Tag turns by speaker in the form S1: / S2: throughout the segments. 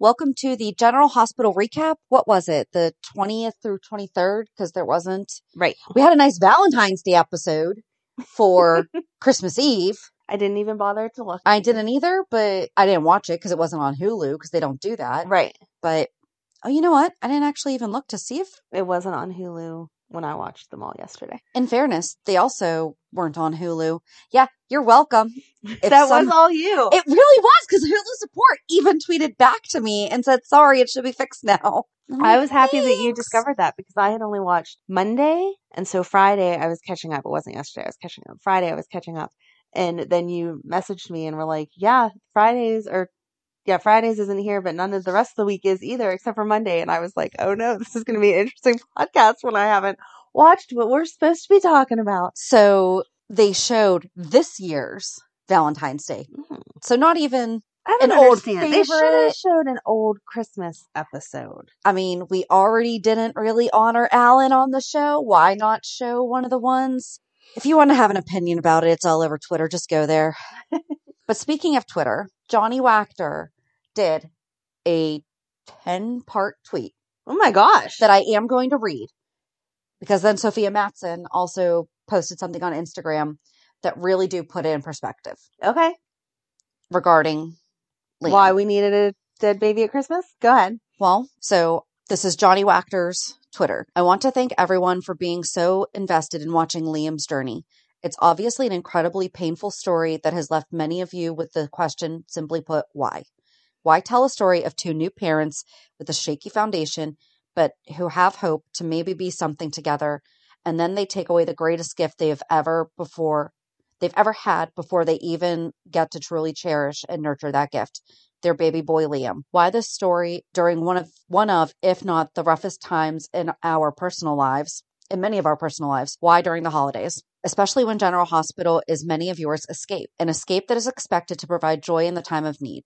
S1: Welcome to the General Hospital recap. What was it? The 20th through 23rd? Because there wasn't.
S2: Right.
S1: We had a nice Valentine's Day episode for Christmas Eve.
S2: I didn't even bother to look.
S1: I didn't either, but I didn't watch it because it wasn't on Hulu because they don't do that.
S2: Right.
S1: But oh, you know what? I didn't actually even look to see if,
S2: It wasn't on Hulu when I watched them all yesterday.
S1: in fairness, they also weren't on Hulu. Yeah, you're welcome. If
S2: that
S1: some-
S2: was all you.
S1: It really was because Hulu support even tweeted back to me and said, sorry, it should be fixed now. I'm
S2: I
S1: like,
S2: was happy that you
S1: "Thanks."
S2: discovered that because I had only watched Monday. And so Friday I was catching up. It wasn't yesterday. I was catching up. Friday I was catching up. And then you messaged me and were like, yeah, Fridays are, yeah, Fridays isn't here, but none of the rest of the week is either except for Monday. And I was like, oh no, this is going to be an interesting podcast when I haven't watched what we're supposed to be talking about.
S1: So they showed this year's Valentine's Day.
S2: Mhm.
S1: So not even,
S2: I don't
S1: An old
S2: understand. they should have
S1: favorite.
S2: showed an old Christmas episode.
S1: I mean, we already didn't really honor Alan on the show. Why not show one of the ones? If you want to have an opinion about it, it's all over Twitter. Just go there. but speaking of Twitter, Johnny Wachter did a 10 part tweet
S2: Oh my gosh.
S1: that I am going to read because then Sophia Matson also posted something on Instagram that really do put it in perspective
S2: okay.
S1: regarding Liam.
S2: Why we needed a dead baby at Christmas? Go ahead.
S1: Well, so this is Johnny Wachter's Twitter. I want to thank everyone for being so invested in watching Liam's journey. It's obviously an incredibly painful story that has left many of you with the question, simply put, why? Why tell a story of two new parents with a shaky foundation, but who have hope to maybe be something together, and then they take away the greatest gift they have ever before they've ever had before they even get to truly cherish and nurture that gift their baby boy Liam. Why this story during one of one of if not the roughest times in our personal lives, in many of our personal lives, why during the holidays? Especially when General Hospital is many of yours escape, an escape that is expected to provide joy in the time of need.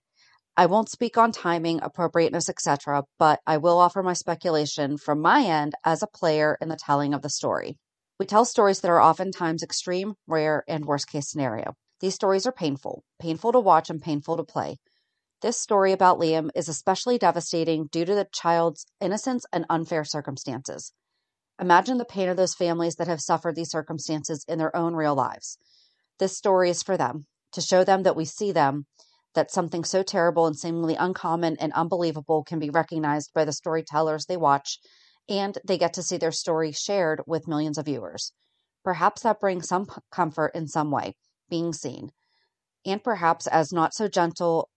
S1: I won't speak on timing, appropriateness, etc., but I will offer my speculation from my end as a player in the telling of the story. We tell stories that are oftentimes extreme, rare, and worst case scenario. These stories are painful, painful to watch and painful to play. This story about Liam is especially devastating due to the child's innocence and unfair circumstances. Imagine the pain of those families that have suffered these circumstances in their own real lives. This story is for them, to show them that we see them, that something so terrible and seemingly uncommon and unbelievable can be recognized by the storytellers they watch, and they get to see their story shared with millions of viewers. Perhaps that brings some p- comfort in some way, being seen, and perhaps as not so gentle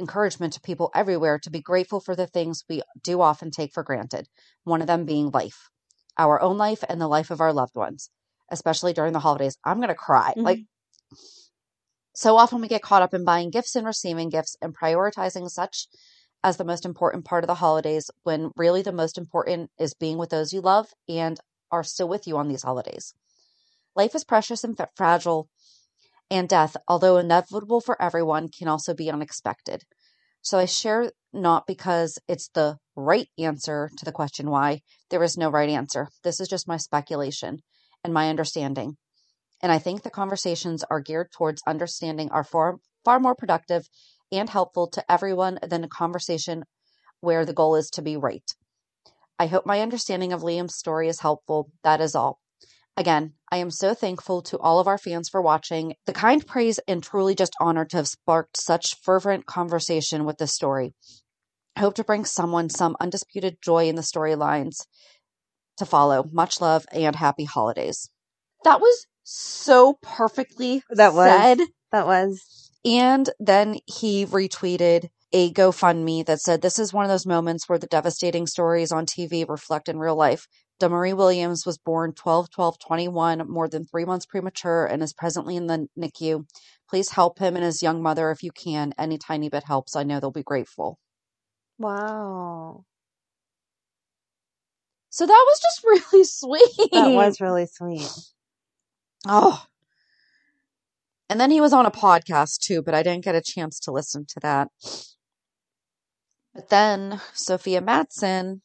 S1: encouragement to people everywhere to be grateful for the things we do often take for granted, one of them being life, our own life, and the life of our loved ones, especially during the holidays. I'm going to cry.
S2: Mhm.
S1: Like, so often we get caught up in buying gifts and receiving gifts and prioritizing such as the most important part of the holidays when really the most important is being with those you love and are still with you on these holidays. Life is precious and fa- fragile, and death, although inevitable for everyone, can also be unexpected. So I share not because it's the right answer to the question why. There is no right answer. This is just my speculation and my understanding. And I think the conversations are geared towards understanding are far, far more productive and helpful to everyone than a conversation where the goal is to be right. I hope my understanding of Liam's story is helpful. That is all. Again, I am so thankful to all of our fans for watching. The kind praise and truly just honored to have sparked such fervent conversation with this story. I hope to bring someone some undisputed joy in the storylines to follow. Much love and happy holidays. That was so perfectly
S2: That was.
S1: said.
S2: That was
S1: And then he retweeted a GoFundMe that said, This is one of those moments where the devastating stories on TV reflect in real life. Damarie Williams was born 12 12 21, more than three months premature, and is presently in the NICU. Please help him and his young mother if you can. Any tiny bit helps. I know they'll be grateful.
S2: wow.
S1: So that was just really sweet.
S2: That was really sweet.
S1: Oh. And then he was on a podcast too, but I didn't get a chance to listen to that. But then Sophia Matson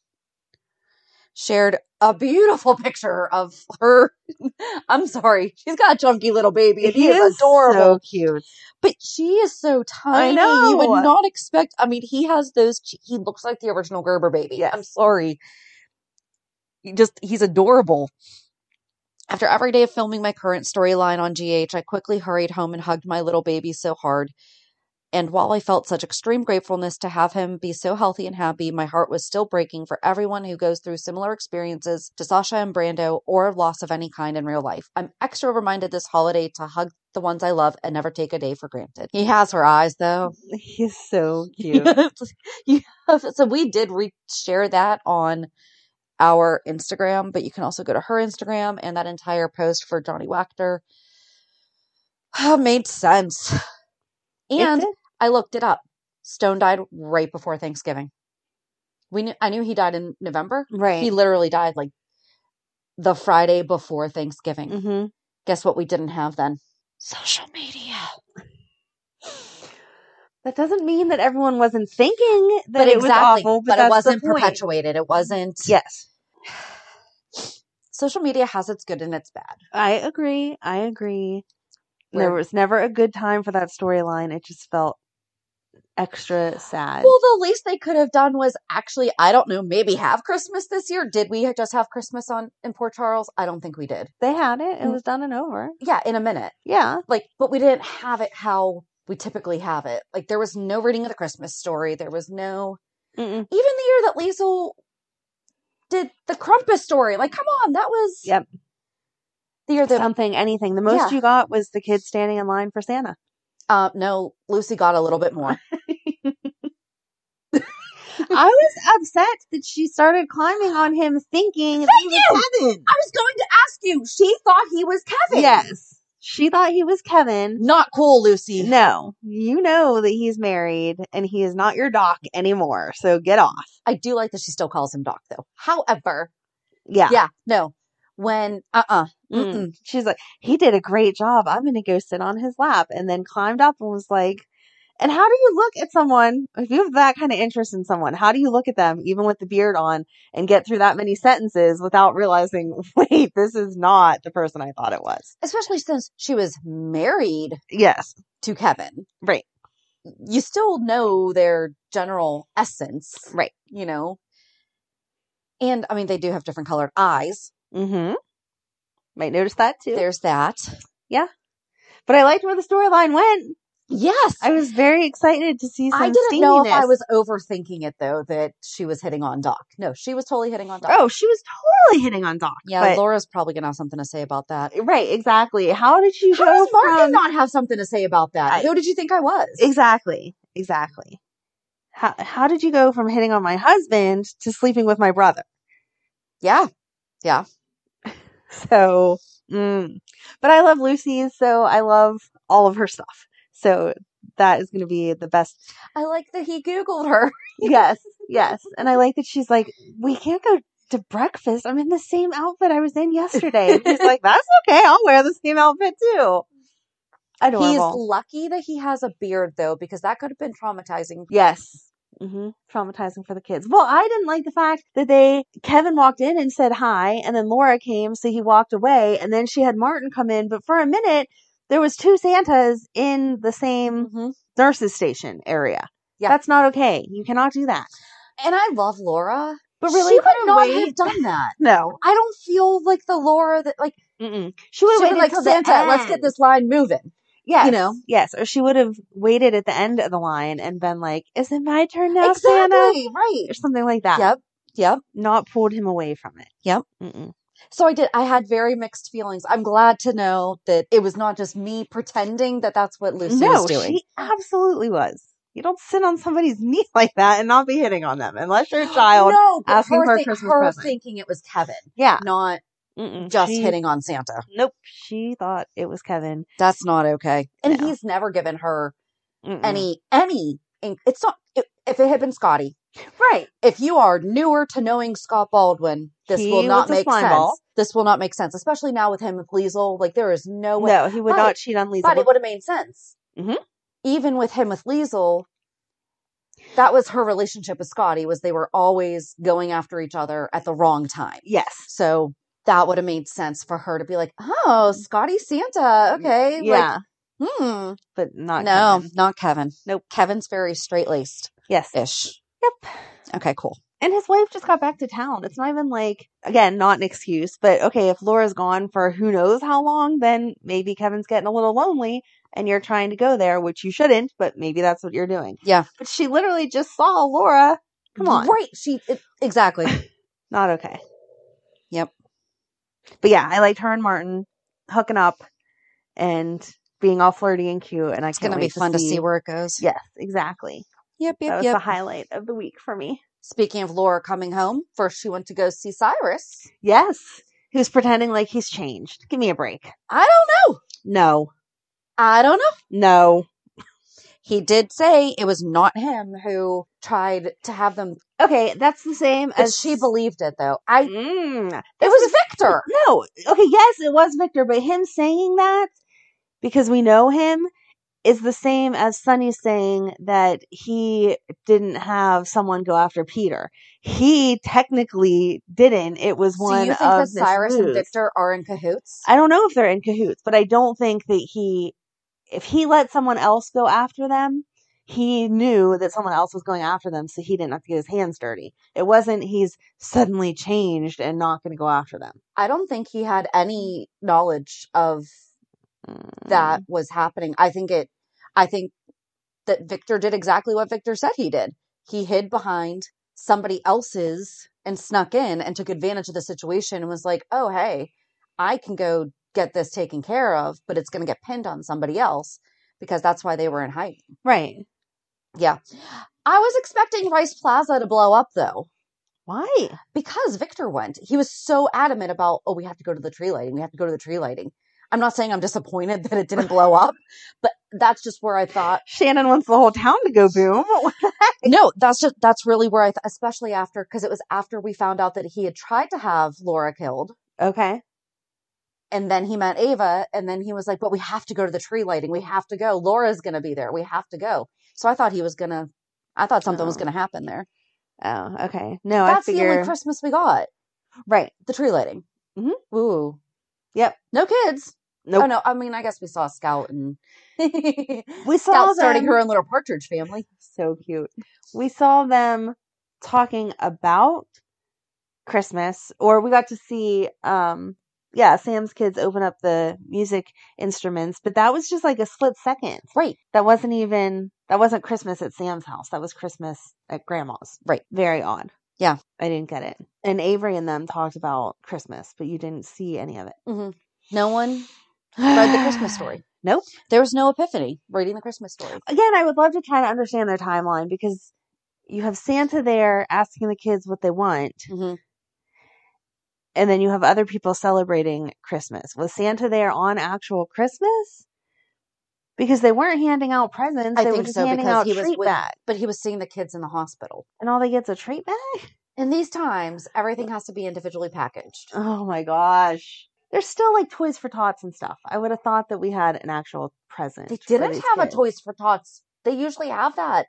S1: shared a beautiful picture of her. I'm sorry, she's got a chunky little baby, and he, is, adorable.
S2: so cute.
S1: but she is so tiny. You
S2: know.
S1: would not expect. I mean, he has those. che- He looks like the original Gerber baby.
S2: Yes.
S1: I'm sorry. He just he's adorable. After every day of filming my current storyline on GH, I quickly hurried home and hugged my little baby so hard. And while I felt such extreme gratefulness to have him be so healthy and happy, my heart was still breaking for everyone who goes through similar experiences to Sasha and Brando or loss of any kind in real life. I'm extra reminded this holiday to hug the ones I love and never take a day for granted. He has her eyes though.
S2: He's so cute.
S1: Yes. You have- so we did re- share that on our Instagram, but you can also go to her Instagram and that entire post for Johnny Wachter made sense.
S2: It
S1: And
S2: did.
S1: I looked it up. Stone died right before Thanksgiving. We knew I knew he died in November.
S2: Right.
S1: He literally died like the Friday before Thanksgiving.
S2: hmm
S1: Guess what we didn't have then? Social media.
S2: That doesn't mean that everyone wasn't thinking that
S1: but
S2: it
S1: exactly,
S2: was awful, but,
S1: but, it
S2: that's
S1: wasn't
S2: the point.
S1: perpetuated. It wasn't.
S2: Yes,
S1: Social media has its good and its bad.
S2: I agree. I agree. There
S1: We're-
S2: was never a good time for that storyline. It just felt extra sad.
S1: Well, the least they could have done was actually, I don't know, maybe have Christmas this year. Did we just have Christmas on in Port Charles? I don't think we did.
S2: They had it. It
S1: Mm.
S2: was done and over.
S1: Yeah, in a minute.
S2: Yeah.
S1: like but we didn't have it how we typically have it like there was no reading of the christmas story there was no
S2: Mm-mm.
S1: even the year that liesel did the crumpus story like come on that was
S2: Yep.
S1: the year that
S2: Something, anything. The most
S1: Yeah.
S2: you got was the kids standing in line for Santa.
S1: uh, no lucy got a little bit more
S2: I was upset that she started climbing on him thinking that he was Kevin.
S1: i was going to ask you she thought he was kevin
S2: Yes. She thought he was Kevin.
S1: not cool lucy
S2: No, you know that he's married and he is not your doc anymore. So get off.
S1: i do like that she still calls him doc though however
S2: Yeah.
S1: yeah, no when uh-uh
S2: Mm.
S1: mm-mm.
S2: She's like, he did a great job. I'm going to go sit on his lap. And then climbed up and was like, and how do you look at someone? If you have that kind of interest in someone, how do you look at them, even with the beard on, and get through that many sentences without realizing, wait, this is not the person I thought it was?
S1: especially since she was married
S2: Yes.
S1: to kevin
S2: Right.
S1: you still know their general essence,
S2: Right.
S1: you know? And I mean, they do have different colored eyes.
S2: Mm-hmm. Might notice that too.
S1: There's that.
S2: But I liked where the storyline went.
S1: Yes.
S2: I was very excited to see some
S1: I didn't know if I
S2: steaminess.
S1: was overthinking it though, that she was hitting on Doc. No, she was totally hitting on Doc.
S2: Oh, she was totally hitting on Doc.
S1: yeah,
S2: but
S1: Laura's probably going to have something to say about that.
S2: right, exactly. How did you
S1: How
S2: go
S1: does Mark
S2: from
S1: not have something to say about that?
S2: I-
S1: Who did you think I was?
S2: exactly, exactly? how, how did you go from hitting on my husband to sleeping with my brother?
S1: Yeah. Yeah.
S2: So, mm. but I love Lucy, so I love all of her stuff. So that is going to be the best.
S1: I like that he Googled her.
S2: Yes, yes. And I like that she's like, we can't go to breakfast. I'm in the same outfit I was in yesterday. And he's like, that's okay. I'll wear the same outfit too.
S1: He's
S2: Adorable.
S1: lucky that he has a beard though, because that could have been traumatizing.
S2: yes. hmm Traumatizing for the kids. Well, I didn't like the fact that they, Kevin walked in and said hi, and then Laura came, so he walked away, and then she had Martin come in. But for a minute, there was two Santas in the same
S1: Mm-hmm.
S2: nurses station area.
S1: Yeah.
S2: That's not okay. You cannot do that.
S1: And I love Laura,
S2: But really,
S1: she would
S2: couldn't
S1: not
S2: wait.
S1: have done that.
S2: No.
S1: I don't feel like the Laura that like
S2: Mm-mm. She
S1: she
S2: would
S1: would
S2: have
S1: have like Santa. Let's get this line moving.
S2: Yes.
S1: you know?
S2: Yes. Or she would have waited at the end of the line and been like, "Is it my turn now, Santa?"
S1: exactly right.
S2: Or something like that.
S1: Yep, yep,
S2: Not pulled him away from it.
S1: yep.
S2: Mm-mm.
S1: So I did. I had very mixed feelings. I'm glad to know that it was not just me pretending that that's what Lucy
S2: No,
S1: was doing.
S2: she absolutely was. You don't sit on somebody's knee like that and not be hitting on them unless you're a child.
S1: no, but
S2: asking
S1: her,
S2: for a
S1: thi-
S2: Christmas
S1: her
S2: present.
S1: thinking it was Kevin,
S2: Yeah.
S1: not
S2: Mm-mm.
S1: just
S2: She-
S1: hitting on Santa.
S2: Nope. She thought it was Kevin.
S1: That's not okay. And
S2: No.
S1: he's never given her
S2: Mm-mm.
S1: any any. inc- It's not if if it had been Scotty.
S2: right.
S1: If you are newer to knowing Scott Baldwin, this
S2: He
S1: will
S2: was
S1: not
S2: a
S1: make sense.
S2: slimeball.
S1: This will not make sense, especially now with him and Liesel. Like there is no way.
S2: No, he would
S1: But-
S2: not cheat on Lisa.
S1: But it would have made sense.
S2: Mhm.
S1: Even with him with Liesel, that was her relationship with Scotty was they were always going after each other at the wrong time.
S2: yes.
S1: So that would have made sense for her to be like, "Oh, Scotty Santa, okay,
S2: Mm-hmm. Yeah.
S1: like, hmm,
S2: but not
S1: no,
S2: Kevin.
S1: not Kevin.
S2: Nope.
S1: Kevin's very straight laced
S2: Yes.
S1: ish.
S2: Yep.
S1: Okay, cool.
S2: And his wife just got back to town. It's not even like, again, not an excuse, but okay, if Laura's gone for who knows how long, then maybe Kevin's getting a little lonely and you're trying to go there, which you shouldn't, but maybe that's what you're doing.
S1: Yeah.
S2: But she literally just saw Laura. Come on.
S1: right? She it, exactly.
S2: Not okay.
S1: Yep.
S2: But yeah, I liked her and Martin hooking up and being all flirty and cute. And I
S1: It's
S2: can't
S1: gonna be
S2: wait
S1: fun
S2: to
S1: to
S2: see.
S1: see where it goes.
S2: Yes, exactly.
S1: Yep,
S2: that
S1: yep,
S2: was
S1: yep.
S2: the highlight of the week for me.
S1: Speaking of Laura coming home, first she went to go see Cyrus.
S2: Yes. Who's pretending like he's changed? Give me a break.
S1: I don't know.
S2: No.
S1: I don't know.
S2: No.
S1: He did say it was not him who tried to have them,
S2: Okay, that's the same
S1: but
S2: as
S1: she believed it though. I it
S2: Mm, it
S1: was Victor.
S2: no. Okay, yes, it was Victor, but him saying that because we know him is the same as Sonny saying that he didn't have someone go after Peter. He technically didn't. It was
S1: So
S2: one
S1: you think
S2: of
S1: that
S2: Miss
S1: Cyrus and
S2: Ruth.
S1: Victor are in cahoots?
S2: I don't know if they're in cahoots, but I don't think that he, if he let someone else go after them, he knew that someone else was going after them, so he didn't have to get his hands dirty. It wasn't he's suddenly changed and not going to go after them.
S1: I don't think he had any knowledge of that was happening. I think it. I think that Victor did exactly what Victor said he did. He hid behind somebody else's and snuck in and took advantage of the situation and was like, "Oh, hey, I can go get this taken care of, but it's going to get pinned on somebody else because that's why they were in hiding."
S2: Right.
S1: Yeah. I was expecting Rice Plaza to blow up though,
S2: Why?
S1: because Victor went. He was so adamant about, oh, we have to go to the tree lighting. We have to go to the tree lighting. I'm not saying I'm disappointed that it didn't blow up, but that's just where I thought,
S2: Shannon wants the whole town to go boom.
S1: no, that's just, that's really where I, th- especially after, because it was after we found out that he had tried to have Laura killed.
S2: okay.
S1: And then he met Ava, and then he was like, but we have to go to the tree lighting. We have to go. Laura's going to be there. We have to go. So I thought he was going to, I thought something was
S2: Oh.
S1: going to happen there.
S2: Oh, okay. No,
S1: that's
S2: I
S1: the only
S2: figure.
S1: Christmas we got.
S2: right.
S1: the tree lighting.
S2: Mhm.
S1: Ooh.
S2: Yep.
S1: No kids.
S2: Nope.
S1: Oh no, I mean I guess we saw Scout and
S2: We saw
S1: Scout starting
S2: them-
S1: her own little partridge family.
S2: so cute. We saw them talking about Christmas, or we got to see, um, yeah, Sam's kids open up the music instruments, but that was just like a split second.
S1: Right.
S2: That wasn't even, that wasn't Christmas at Sam's house. That was Christmas at grandma's.
S1: Right.
S2: Very odd.
S1: Yeah.
S2: I didn't get it. And Avery and them talked about Christmas, but you didn't see any of it.
S1: hmm No one read the Christmas story.
S2: Nope.
S1: There was no epiphany reading the Christmas story.
S2: Uh, Again, I would love to try to understand their timeline because you have Santa there asking the kids what they want,
S1: Mhm.
S2: and then you have other people celebrating Christmas. Was Santa there on actual Christmas? Because they weren't handing out presents;
S1: I
S2: they were
S1: think
S2: just
S1: so
S2: handing
S1: because
S2: out
S1: he was
S2: treat
S1: with,
S2: bags,
S1: but he was seeing the kids in the hospital.
S2: and all they get's a treat bag.
S1: In these times, everything has to be individually packaged.
S2: Oh my gosh. There's still like toys for tots and stuff. I would have thought that we had an actual present.
S1: They
S2: for
S1: didn't
S2: these
S1: have
S2: kids.
S1: a Toys for Tots. They usually have that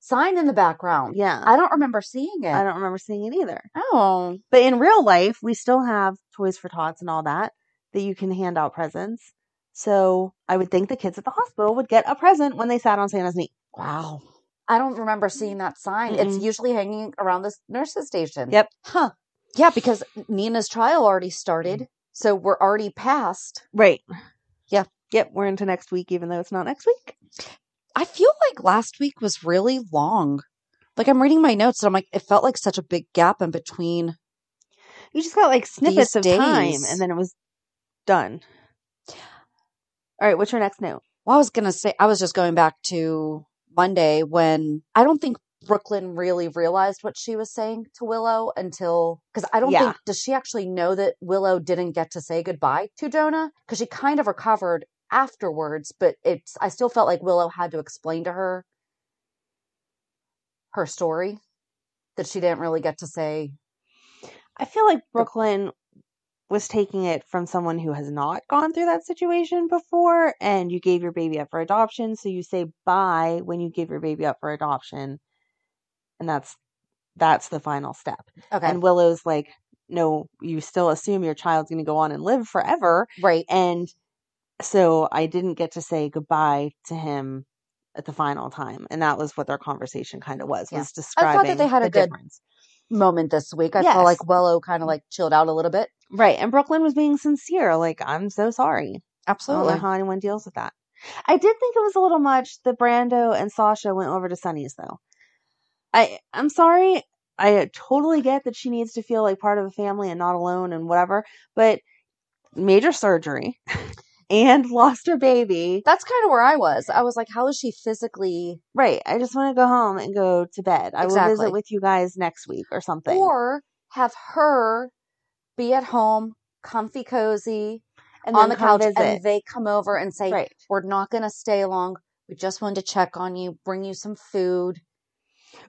S1: sign in the background.
S2: Yeah.
S1: I don't remember seeing it.
S2: I don't remember seeing it either.
S1: Oh,
S2: But in real life, we still have toys for tots and all that that you can hand out presents. So I would think the kids at the hospital would get a present when they sat on Santa's knee.
S1: wow. I don't remember seeing that sign. It's
S2: Mm-mm.
S1: usually hanging around the nurse's station.
S2: Yep.
S1: Huh. Yeah, because Nina's trial already
S2: Mm.
S1: started. So we're already past.
S2: Right.
S1: Yeah.
S2: Yep. We're into next week, even though it's not next week.
S1: I feel like last week was really long. Like I'm reading my notes and I'm like, it felt like such a big gap in between.
S2: You just got like snippets
S1: These
S2: of time
S1: days.
S2: and then it was done. All right. What's your next note?
S1: Well, I was going to say, I was just going back to Monday when I don't think Brooklyn really realized what she was saying to Willow until, because I don't
S2: Yeah.
S1: think, does she actually know that Willow didn't get to say goodbye to Jonah? Because she kind of recovered afterwards, but it's, I still felt like Willow had to explain to her her story that she didn't really get to say.
S2: I feel like Brooklyn was taking it from someone who has not gone through that situation before, and you gave your baby up for adoption, so you say bye when you give your baby up for adoption, and that's that's the final step.
S1: Okay.
S2: And Willow's like, no, you still assume your child's going to go on and live forever,
S1: right.
S2: and so I didn't get to say goodbye to him at the final time, and that was what their conversation kind of was
S1: Yeah.
S2: was
S1: I thought that
S2: describing
S1: they had
S2: the
S1: a good-
S2: difference,
S1: Moment this week. I
S2: Yes.
S1: felt like Willow kind of like chilled out a little bit.
S2: right? And Brooklyn was being sincere, like, I'm so sorry. I don't know how anyone deals with that. I did think it was a little much that Brando and Sasha went over to Sunny's though. I I'm sorry. I totally get that she needs to feel like part of a family and not alone and whatever, but major surgery and lost her baby.
S1: That's kind of where I was. I was like, how is she physically
S2: Right. I just want to go home and go to bed. I will
S1: Exactly.
S2: visit with you guys next week or something.
S1: or have her be at home, comfy, cozy,
S2: and
S1: on
S2: then
S1: the
S2: come
S1: couch,
S2: visit.
S1: and they come over and say,
S2: right.
S1: "We're not going to stay long. We just wanted to check on you, bring you some food."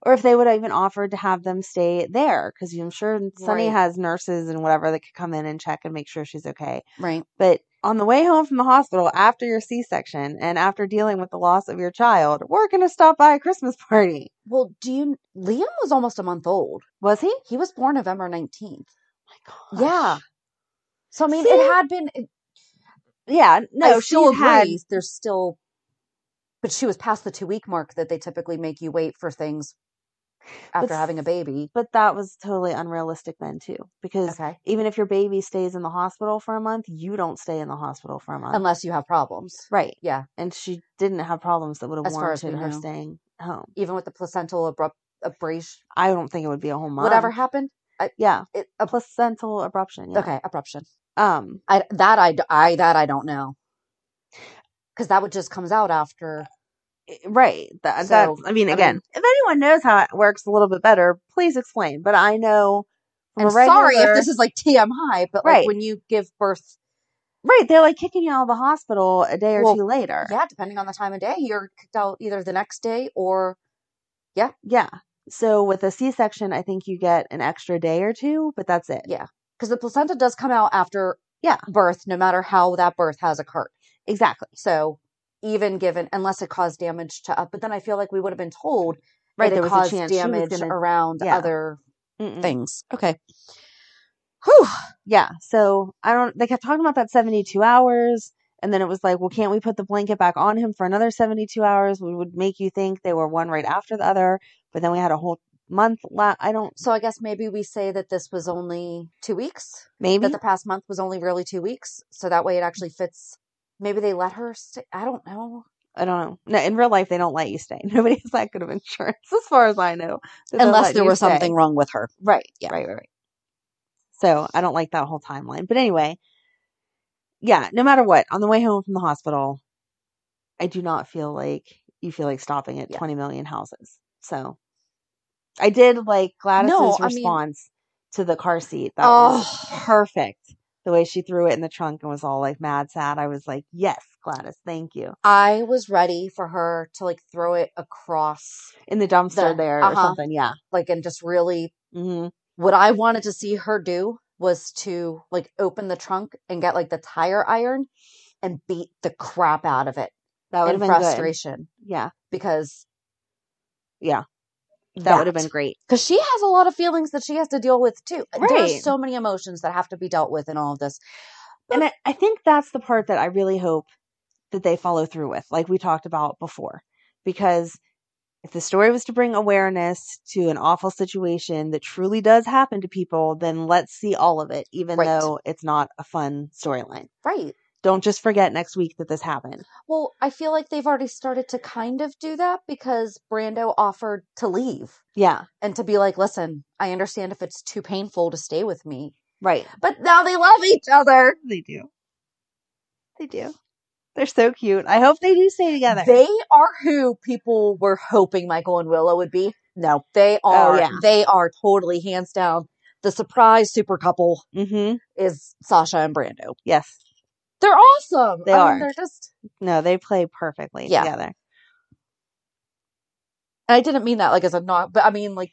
S2: Or if they would have even offered to have them stay there, because I'm sure Sunny
S1: Right.
S2: has nurses and whatever that could come in and check and make sure she's okay.
S1: Right.
S2: But on the way home from the hospital after your C section and after dealing with the loss of your child, we're going to stop by a Christmas party.
S1: Well, do you? Liam was almost a month old.
S2: Was he?
S1: He was born November nineteenth.
S2: My
S1: Yeah. So I mean,
S2: See?
S1: it had been. It,
S2: Yeah.
S1: I
S2: No, she
S1: still
S2: had.
S1: agree. There's still, but she was past the two week mark that they typically make you wait for things after
S2: s-
S1: having a baby.
S2: But that was totally unrealistic then, too. Because
S1: Okay.
S2: even if your baby stays in the hospital for a month, you don't stay in the hospital for a month.
S1: Unless you have problems.
S2: right.
S1: Yeah.
S2: And she didn't have problems that would have
S1: As far as
S2: warranted
S1: we
S2: her
S1: know.
S2: staying home.
S1: even with the placental abrupt abrasion,
S2: I don't think it would be a whole month.
S1: whatever happened.
S2: Yeah.
S1: It,
S2: A placental abruption. Yeah.
S1: Okay, abruption.
S2: Um,
S1: I that I, d- I- that I don't know because that would just comes out after.
S2: I- right that
S1: So,
S2: that's i mean
S1: I
S2: again
S1: mean-
S2: if anyone knows how it works a little bit better please explain but i know from
S1: I'm
S2: a regular
S1: sorry if this is like TMI, but
S2: Right.
S1: like when you give birth,
S2: right they're like kicking you out of the hospital a day or
S1: Well,
S2: two later
S1: yeah, depending on the time of day, you're kicked out either the next day or
S2: yeah so with a c-section i think you get an extra day or two but that's it
S1: Yeah. because the placenta does come out after
S2: Yeah.
S1: birth, no matter how that birth has occurred.
S2: exactly
S1: So even given unless it caused damage to up, but then I feel like we would have been told
S2: right
S1: it
S2: there was
S1: had caused
S2: a chance she was
S1: damage
S2: gonna
S1: around
S2: yeah. Mm.
S1: other
S2: Mm-mm.
S1: things. Okay. Whew.
S2: yeah so i don't they kept talking about that 72 hours and then it was like well can't we put the blanket back on him for another 72 hours we would make you think they were one right after the other but then we had a whole month la- i don't
S1: So I guess maybe we say that this was only two weeks,
S2: maybe
S1: that the past month was only really two weeks. So that way it actually fits. Maybe they let her stay. I don't know.
S2: i don't know no in real life they don't let you stay nobody has that good of insurance as far as i know that they'll
S1: Unless
S2: let
S1: there
S2: you
S1: was
S2: stay.
S1: something wrong with her.
S2: right
S1: Yeah.
S2: right right right so i don't like that whole timeline but anyway yeah no matter what on the way home from the hospital i do not feel like you feel like stopping at
S1: Yeah.
S2: 20 million houses so I did like Gladys's
S1: No, I mean-
S2: response to the car seat. That was
S1: Oh.
S2: perfect. The way she threw it in the trunk and was all like mad sad. I was like, yes, Gladys, thank you.
S1: I was ready for her to like throw it across,
S2: In the dumpster
S1: The-
S2: there or
S1: uh-huh.
S2: something. Yeah.
S1: like, and just really
S2: hmm
S1: what I wanted to see her do was to like open the trunk and get like the tire iron and beat the crap out of it
S2: That would
S1: in
S2: have been good.
S1: frustration
S2: Yeah.
S1: because
S2: Yeah. That, would have been great.
S1: because she has a lot of feelings that she has to deal with too.
S2: Right.
S1: There's so many emotions that have to be dealt with in all of this.
S2: And I, I think that's the part that I really hope that they follow through with, like we talked about before. Because if the story was to bring awareness to an awful situation that truly does happen to people, then let's see all of it, even
S1: Right.
S2: though it's not a fun storyline.
S1: Right.
S2: Don't just forget next week that this happened.
S1: Well, I feel like they've already started to kind of do that because Brando offered to leave
S2: Yeah,
S1: and to be like, listen, I understand if it's too painful to stay with me,
S2: right.
S1: but now they love each other.
S2: They do. They do. They're so cute. I hope they do stay together.
S1: They are who people were hoping Michael and Willow would be. No, they
S2: Oh,
S1: are.
S2: yeah.
S1: They are totally hands down. The surprise super couple
S2: mm-hmm.
S1: is Sasha and Brando.
S2: Yes.
S1: They're awesome.
S2: They
S1: I
S2: are.
S1: Mean, they're just.
S2: No, they play perfectly
S1: Yeah.
S2: together.
S1: And I didn't mean that like as a knock, but I mean like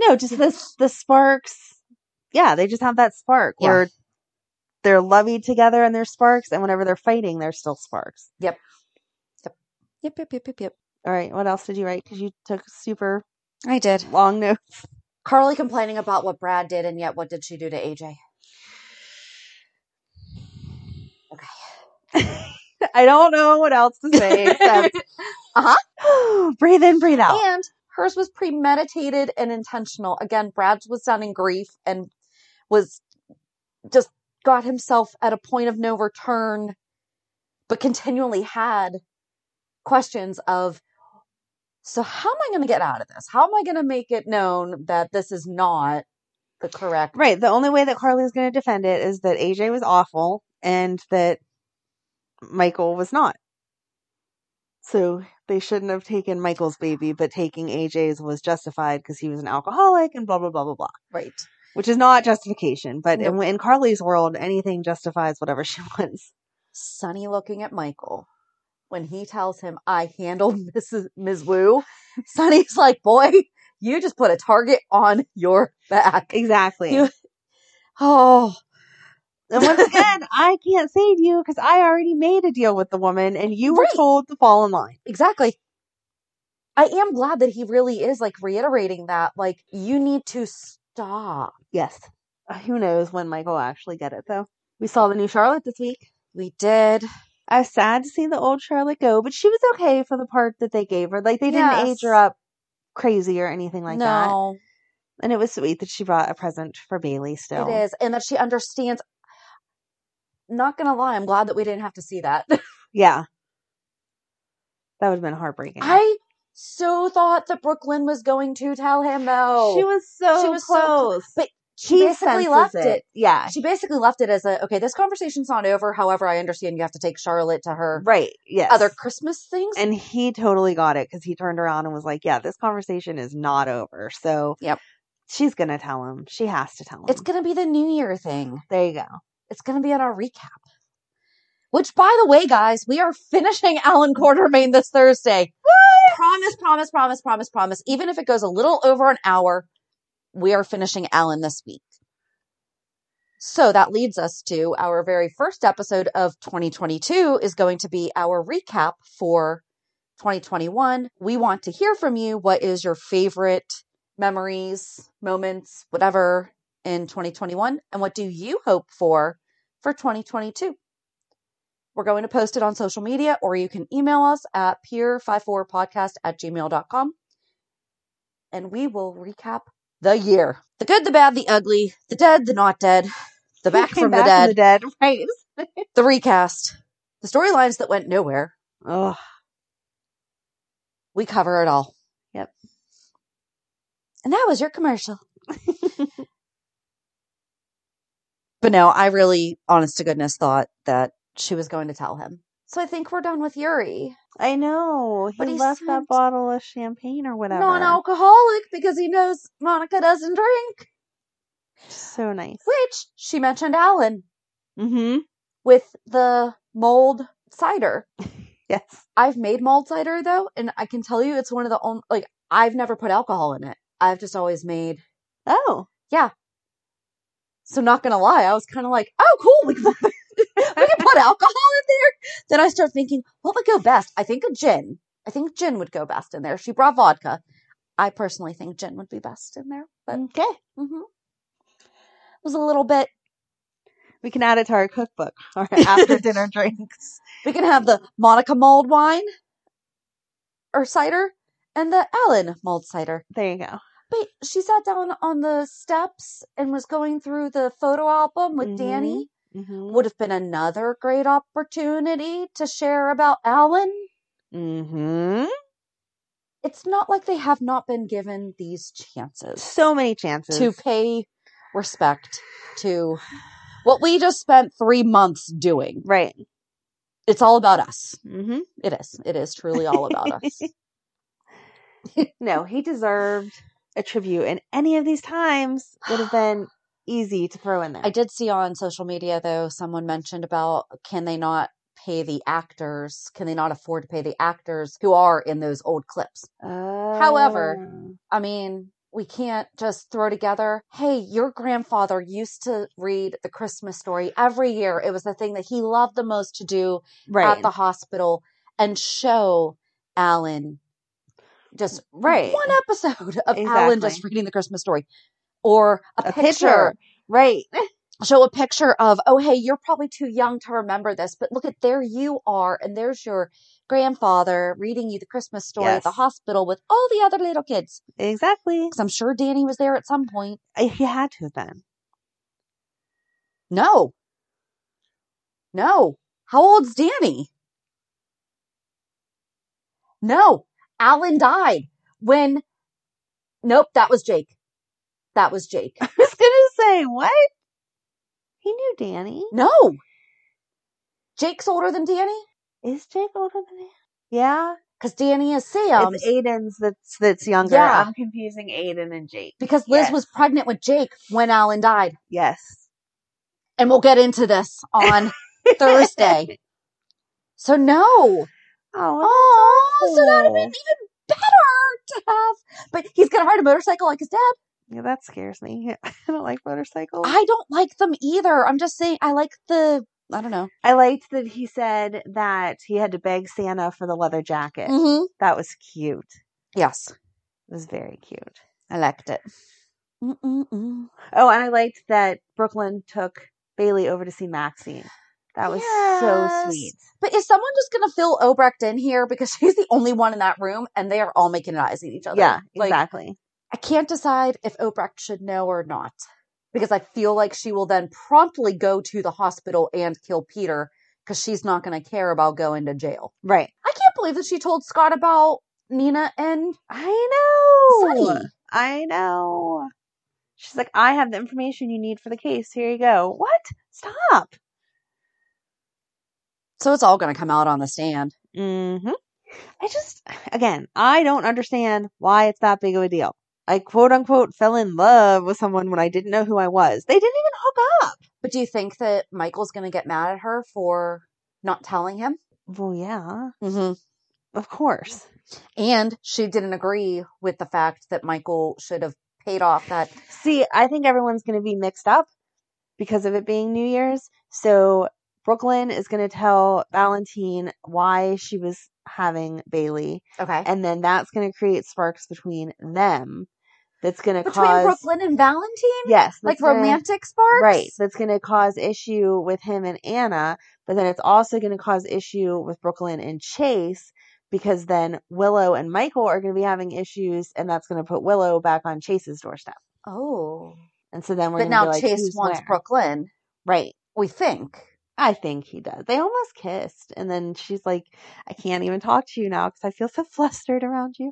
S2: No, just this the sparks. Yeah, they just have that spark
S1: Yeah.
S2: where they're lovey together and they're sparks, and whenever they're fighting, they're still sparks.
S1: yep, yep, yep, yep, yep.
S2: All right, what else did you write? Because you took super
S1: I did.
S2: long notes.
S1: Carly complaining about what Brad did, and yet what did she do to AJ? Okay.
S2: I don't know what else to say except breathe in, breathe out.
S1: And hers was premeditated and intentional. Again, Brad's was down in grief and was just got himself at a point of no return, but continually had questions of so how am I going to get out of this? How am I going to make it known that this is not the correct
S2: Right. The only way that Carly is going to defend it is that AJ was awful and that Michael was not. So they shouldn't have taken Michael's baby, but taking AJ's was justified because he was an alcoholic and blah, blah, blah, blah, blah.
S1: right?
S2: Which is not justification, but in,
S1: Nope.
S2: in Carly's world, anything justifies whatever she wants.
S1: Sonny looking at Michael when he tells him, I handled Mrs. Ms. Wu. Sonny's like, boy, you just put a target on your back.
S2: Exactly.
S1: You- Oh,
S2: And once again, I can't save you because I already made a deal with the woman and you were
S1: Right.
S2: told to fall in line.
S1: exactly. I am glad that he really is like reiterating that, like, you need to stop.
S2: Yes. Uh, Who knows when Michael will actually get it though. We saw the new Charlotte this week.
S1: We did.
S2: I was sad to see the old Charlotte go, but she was okay for the part that they gave her. Like they didn't age her
S1: Yes.
S2: up crazy or anything like that.
S1: no,
S2: And it was sweet that she brought a present for Bailey still.
S1: it is. And that she understands. Not going to lie, I'm glad that we didn't have to see that.
S2: Yeah. That would have been heartbreaking.
S1: I so thought that Brooklyn was going to tell him no.
S2: she was so
S1: Oh. she was so cl-
S2: close.
S1: but she
S2: He
S1: basically
S2: senses
S1: left it.
S2: Yeah.
S1: She basically left it as a okay, this conversation's not over. However, I understand you have to take Charlotte to her
S2: Right. Yes.
S1: other Christmas things.
S2: and he totally got it because he turned around and was like, "Yeah, this conversation is not over." So,
S1: Yep.
S2: she's gonna tell him. She has to tell him.
S1: it's gonna be the New Year thing.
S2: there you go.
S1: It's gonna be on our recap. Which by the way, guys, we are finishing Alan Quartermain this Thursday. Promise, promise, promise, promise, promise. Even if it goes a little over an hour, we are finishing Alan this week. So that leads us to our very first episode of 2022 is going to be our recap for 2021. We want to hear from you. What is your favorite memories, moments, whatever in 2021? And what do you hope for for 2022? We're going to post it on social media or you can email us at peer54podcast at gmail.com. And we will recap the year the good, the bad, the ugly, the dead, the not dead, the back,
S2: He came
S1: from,
S2: back
S1: the dead,
S2: from the dead. Right.
S1: the recast, the storylines that went nowhere.
S2: Oh,
S1: We cover it all.
S2: Yep.
S1: And that was your commercial. But no, I really, honest to goodness, thought that she was going to tell him. So I think we're done with Yuri.
S2: I know. Oh, He
S1: But he
S2: left
S1: sent-
S2: that bottle of champagne or whatever.
S1: Non-alcoholic because he knows Monica doesn't drink,
S2: So nice.
S1: which she mentioned Alan
S2: Mm-hmm.
S1: with the mold cider.
S2: Yes.
S1: I've made malt cider though, and I can tell you it's one of the only like I've never put alcohol in it. I've just always made.
S2: Oh.
S1: So not gonna lie, I was kind of like, oh cool, we can, put, we can put alcohol in there. Then I start thinking, what would go best? I think a gin. I think gin would go best in there. She brought vodka. I personally think gin would be best in there, but
S2: Okay.
S1: mhm. it was a little bit.
S2: We can add it to our cookbook or after dinner drinks.
S1: We can have the Monica mulled wine or cider and the Allen mulled cider.
S2: There you go.
S1: But she sat down on the steps and was going through the photo album with
S2: Mhm.
S1: Danny.
S2: Mm-hmm.
S1: Would have been another great opportunity to share about Alan.
S2: Mm-hmm.
S1: It's not like they have not been given these chances
S2: So many chances.
S1: to pay respect to what we just spent three months doing.
S2: Right.
S1: It's all about us.
S2: Mm-hmm.
S1: It is. It is truly all about us.
S2: No, he deserved a tribute, and any of these times would have been easy to throw in there.
S1: I did see on social media though someone mentioned about can they not pay the actors? Can they not afford to pay the actors who are in those old clips? However-
S2: Oh.
S1: I mean, we can't just throw together, hey, your grandfather used to read the Christmas story every year. It was the thing that he loved the most to do
S2: right,
S1: at the hospital and show Alan just
S2: Right.
S1: one episode of Alan just
S2: Exactly.
S1: reading the Christmas story or a,
S2: a
S1: picture
S2: picture, right?
S1: show a picture of, oh, hey, you're probably too young to remember this, but look at there you are. And there's your grandfather reading you the Christmas story at the
S2: Yes.
S1: hospital with all the other little kids.
S2: Exactly.
S1: Because I'm sure Danny was there at some point.
S2: I- He had to have been.
S1: No. No. How old's Danny? No. Alan died when. Nope, that was Jake. That was Jake.
S2: I was gonna say what? He knew Danny.
S1: No. Jake's older than Danny?
S2: Is Jake older than him? Yeah,
S1: Because Danny is Sam.
S2: it's Aiden's that's that's younger.
S1: Yeah.
S2: I'm confusing Aiden and Jake.
S1: Because Liz
S2: Yes.
S1: was pregnant with Jake when Alan died.
S2: Yes.
S1: and we'll get into this on Thursday. So no.
S2: Oh, well,
S1: Oh, so that would have
S2: awful.
S1: been even better to have. But he's gonna ride a motorcycle like his dad.
S2: Yeah, that scares me. I don't like motorcycles.
S1: I don't like them either. I'm just saying I like the I don't know.
S2: I liked that he said that he had to beg Santa for the leather jacket.
S1: Mm-hmm.
S2: That was cute.
S1: Yes,
S2: It was very cute.
S1: I liked it. Mm-mm-mm.
S2: Oh, and I liked that Brooklyn took Bailey over to see Maxine. That was
S1: Yes.
S2: so sweet.
S1: But is someone just gonna fill Obrecht in here because she's the only one in that room and they are all making eyes at each other?
S2: Yeah,
S1: like
S2: exactly.
S1: I can't decide if Obrecht should know or not because I feel like she will then promptly go to the hospital and kill Peter because she's not going to care about going to jail.
S2: Right.
S1: I can't believe that she told Scott about Nina and
S2: I know.
S1: Sunny.
S2: I know. She's like, I have the information you need for the case. Here you go. What? Stop.
S1: So it's all going to come out on the stand.
S2: Mm-hmm. I just, again, I don't understand why it's that big of a deal. I quote unquote fell in love with someone when I didn't know who I was. They didn't even hook up.
S1: But do you think that Michael's going to get mad at her for not telling him?
S2: Well, yeah,
S1: Mm-hmm.
S2: of course.
S1: And she didn't agree with the fact that Michael should have paid off that.
S2: See, I think everyone's going to be mixed up because of it being New Year's. So Brooklyn is going to tell Valentine why she was having Bailey,
S1: Okay.
S2: and then that's going to create sparks between them. That's going to
S1: Between
S2: cause
S1: Brooklyn and Valentine?
S2: yes,
S1: Like
S2: that's gonna-
S1: romantic sparks?
S2: right. That's going to cause issue with him and Anna, but then it's also going to cause issue with Brooklyn and Chase. Because then Willow and Michael are going to be having issues, and that's going to put Willow back on Chase's doorstep.
S1: Oh.
S2: And so then we're
S1: But
S2: going to
S1: now
S2: be like,
S1: Chase
S2: who's
S1: wants
S2: where?
S1: Brooklyn,
S2: Right.
S1: we think.
S2: I think he does. They almost kissed. And then she's like, I can't even talk to you now because I feel so flustered around you.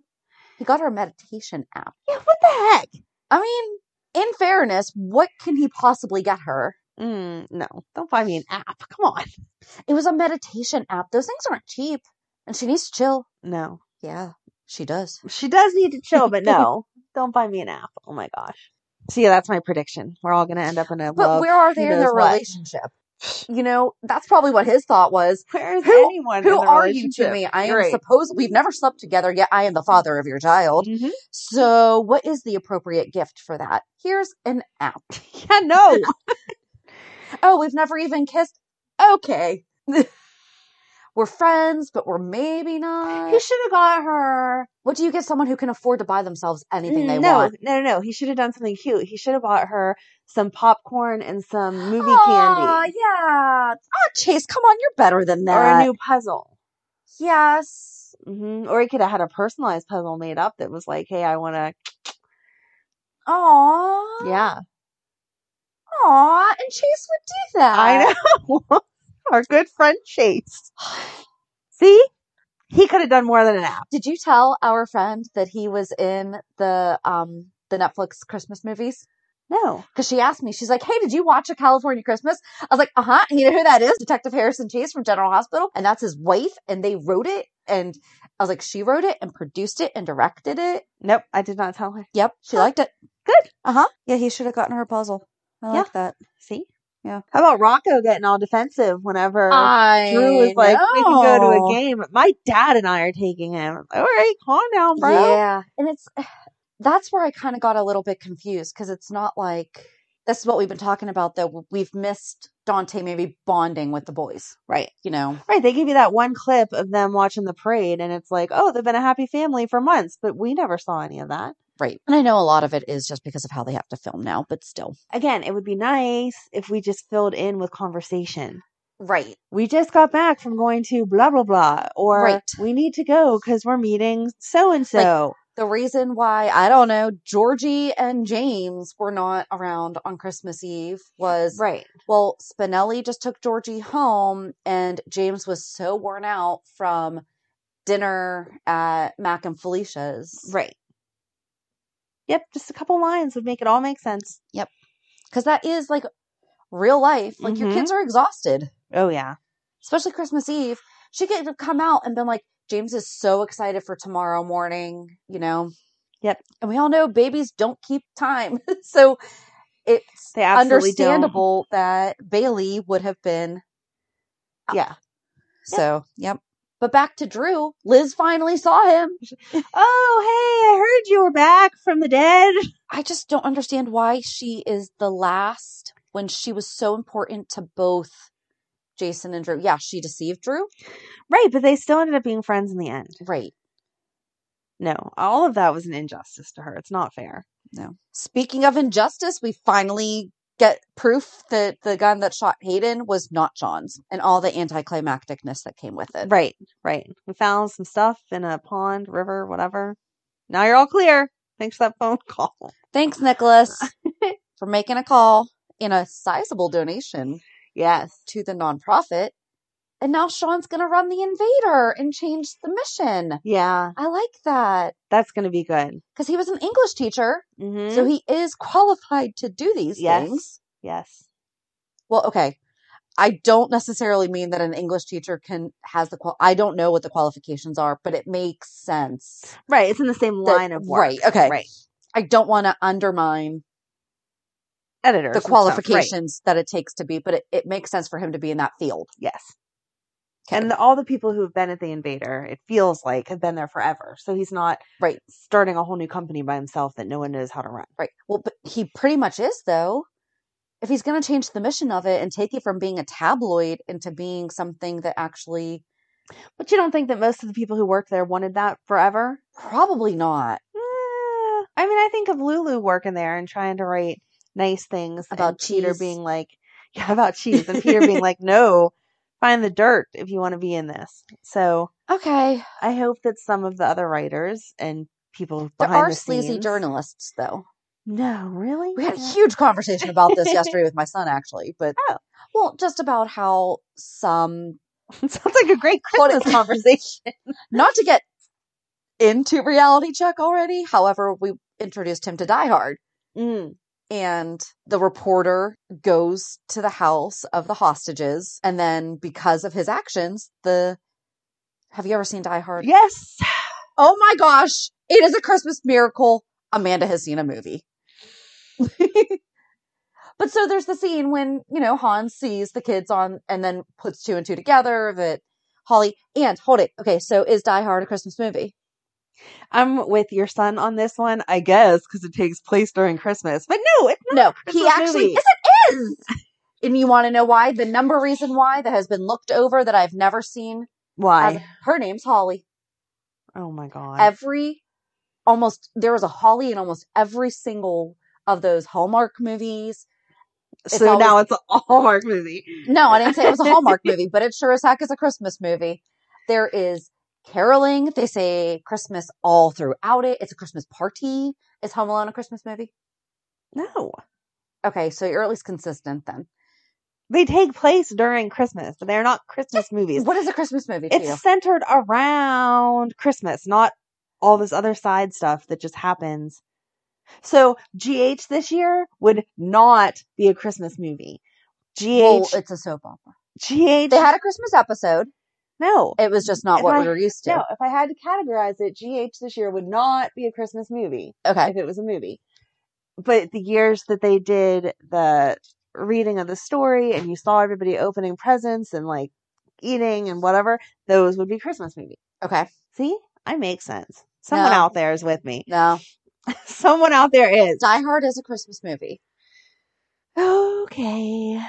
S1: He got her a meditation app.
S2: Yeah, what the heck?
S1: I mean, in fairness, what can he possibly get her?
S2: Mm, no, don't buy me an app. Come on.
S1: It was a meditation app. Those things aren't cheap. And she needs to chill.
S2: No.
S1: Yeah, she does.
S2: She does need to chill, but no, don't buy me an app. Oh my gosh. See, that's my prediction. We're all going to end up in a
S1: But
S2: love.
S1: where are they
S2: who
S1: in
S2: knows
S1: their
S2: what.
S1: relationship? You know, that's probably what his thought was.
S2: Where is
S1: Who-
S2: anyone?
S1: Who
S2: in the
S1: are you to
S2: relationship?
S1: me? I am
S2: You're right.
S1: supposed we've never slept together yet. I am the father of your child.
S2: Mhm.
S1: So, what is the appropriate gift for that? Here's an app.
S2: Yeah, no.
S1: Oh, we've never even kissed. Okay. we're friends, but we're maybe not.
S2: he should have got her.
S1: What do you give someone who can afford to buy themselves anything they
S2: Mm, no,
S1: want?
S2: no, no. He should have done something cute. He should have bought her some popcorn and
S1: Um,
S2: some movie
S1: Aw,
S2: candy
S1: yeah. Oh, Chase, come on, you're better than that.
S2: or a new puzzle.
S1: yes. Mm-hmm.
S2: hmm Or he could have had a personalized puzzle made up that was like, hey, I want to.
S1: Aw.
S2: Yeah.
S1: Aw, and Chase would do that.
S2: I know. Mm-hmm. Our good friend Chase. See? He could have done more than an app.
S1: Did you tell our friend that he was in the um the Netflix Christmas movies?
S2: No.
S1: Because she asked me, she's like, "Hey, did you watch a California Christmas?" I was like, "Uh huh." And you know who that is? Detective Harrison Chase from General Hospital, and that's his wife. And they wrote it, and I was like, "She wrote it and produced it and directed it."
S2: Nope. I did not tell her.
S1: Yep, she
S2: Huh.
S1: liked it.
S2: Good.
S1: Uh huh. Yeah, he should have gotten her a puzzle. I
S2: Yeah.
S1: like that.
S2: See?
S1: Yeah.
S2: How about Rocco getting all defensive whenever
S1: I
S2: Drew was like, we can go to
S1: know.
S2: a game. My dad and I are taking him. I'm like, All right, calm down, bro.
S1: Yeah. And it's that's where I kind of got a little bit confused because it's not like that's what we've been talking about though. We've missed Dante maybe bonding with the boys,
S2: Right.
S1: you know.
S2: Right. They give you that one clip of them watching the parade, and it's like, oh, they've been a happy family for months, but we never saw any of that.
S1: Right. And I know a lot of it is just because of how they have to film now, but still.
S2: Again, it would be nice if we just filled in with conversation.
S1: Right.
S2: We just got back from going to blah, blah, blah, or
S1: Right.
S2: we need to go because we're meeting so and so.
S1: The reason why I don't know Georgie and James were not around on Christmas Eve was
S2: Right.
S1: Well, Spinelli just took Georgie home, and James was so worn out from dinner at Mac and Felicia's.
S2: Right. Yep. Just a couple lines would make it all make sense.
S1: Because that is like real life. Like, your
S2: Mhm.
S1: kids are exhausted,
S2: Oh, yeah.
S1: especially Christmas Eve. She could have come out and been like, James is so excited for tomorrow morning, you know?
S2: Yep.
S1: And we all know babies don't keep time. so it's
S2: They absolutely don't.
S1: understandable that Bailey would have been up.
S2: Yeah.
S1: So, yep. But back to Drew, Liz finally saw him.
S2: Oh, hey, I heard you were back from the dead.
S1: I just don't understand why she is the last when she was so important to both Jason and Drew. Yeah, she deceived Drew.
S2: Right, but they still ended up being friends in the end.
S1: Right.
S2: No, all of that was an injustice to her. It's not fair.
S1: No. Speaking of injustice, we finally get proof that the gun that shot Hayden was not John's and all the anticlimacticness that came with it.
S2: Right, right. We found some stuff in a pond, river, whatever. Now you're all clear. Thanks for that phone call.
S1: Thanks, Nicholas, for making a call and a sizable donation
S2: Yes.
S1: to the nonprofit. And now Sean's going to run the invader and change the mission.
S2: Yeah,
S1: I like that.
S2: that's going to be good.
S1: because he was an English teacher,
S2: Mm-hmm.
S1: so he is qualified to do these
S2: Yes.
S1: things.
S2: yes.
S1: Well, okay. I don't necessarily mean that an English teacher can has the qual. I don't know what the qualifications are, but it makes sense.
S2: Right, it's in the same
S1: that-
S2: line of work.
S1: Right. Okay.
S2: Right.
S1: I don't want to undermine
S2: Editors.
S1: the
S2: and stuff, right.
S1: qualifications that it takes to be, but it, it makes sense for him to be in that field.
S2: Yes.
S1: Okay.
S2: And the, all the people who have been at the Invader, it feels like, have been there forever. So he's not
S1: Right.
S2: starting a whole new company by himself that no one knows how to run.
S1: Right. Well, but he pretty much is though. If he's going to change the mission of it and take it from being a tabloid into being something that actually
S2: But you don't think that most of the people who worked there wanted that forever?
S1: probably not
S2: Eh, I mean, I think of Lulu working there and trying to write nice things and
S1: About
S2: Peter
S1: cheese.
S2: being like, yeah, about cheese. And Peter being like, no, find the dirt if you want to be in this. So
S1: okay.
S2: I hope that some of the other writers and people
S1: There
S2: behind
S1: are
S2: the
S1: sleazy
S2: scenes-
S1: journalists, though.
S2: No, really?
S1: We had a
S2: Yeah.
S1: huge conversation about this yesterday with my son, actually. But
S2: Oh.
S1: well, just about how some
S2: It sounds like a great
S1: Hold it.
S2: Christmas conversation.
S1: not to get into reality check already. However, we introduced him to Die Hard,
S2: Mm.
S1: and the reporter goes to the house of the hostages and then because of his actions the have you ever seen die hard
S2: Yes.
S1: oh my gosh it is a christmas miracle amanda has seen a movie but so there's the scene when you know hans sees the kids on and then puts two and two together that holly and hold it okay so is die hard a christmas movie
S2: I'm with your son on this one, I guess, because it takes place during Christmas. But no, it's
S1: no he
S2: Christmas
S1: actually
S2: movie.
S1: yes it is and you want to know why the number reason why that has been looked over that i've never seen
S2: why?
S1: as- her name's holly
S2: oh my god.
S1: every almost there was a holly in almost every single of those hallmark movies
S2: so
S1: always-
S2: now it's a Hallmark movie.
S1: no i didn't say it was a hallmark movie but it sure as heck is a christmas movie there is caroling they say christmas all throughout it it's a christmas party is home alone a christmas movie
S2: No.
S1: okay so you're at least consistent then
S2: They take place during Christmas, but they're not Christmas movies.
S1: what is a christmas movie to you
S2: It's centered around Christmas, not all this other side stuff that just happens. So GH this year would not be a Christmas movie. GH
S1: well it's a soap opera
S2: GH
S1: they had a christmas episode
S2: no.
S1: It was just not
S2: If
S1: what
S2: I-
S1: we were used to.
S2: No, if I had to categorize it, GH this year would not be a Christmas movie
S1: Okay.
S2: if it was a movie. But the years that they did the reading of the story and you saw everybody opening presents and like eating and whatever, those would be Christmas movies.
S1: Okay.
S2: See, I make sense. Someone
S1: No.
S2: out there is with me.
S1: No.
S2: Someone out there is.
S1: Die Hard is a Christmas movie.
S2: Okay.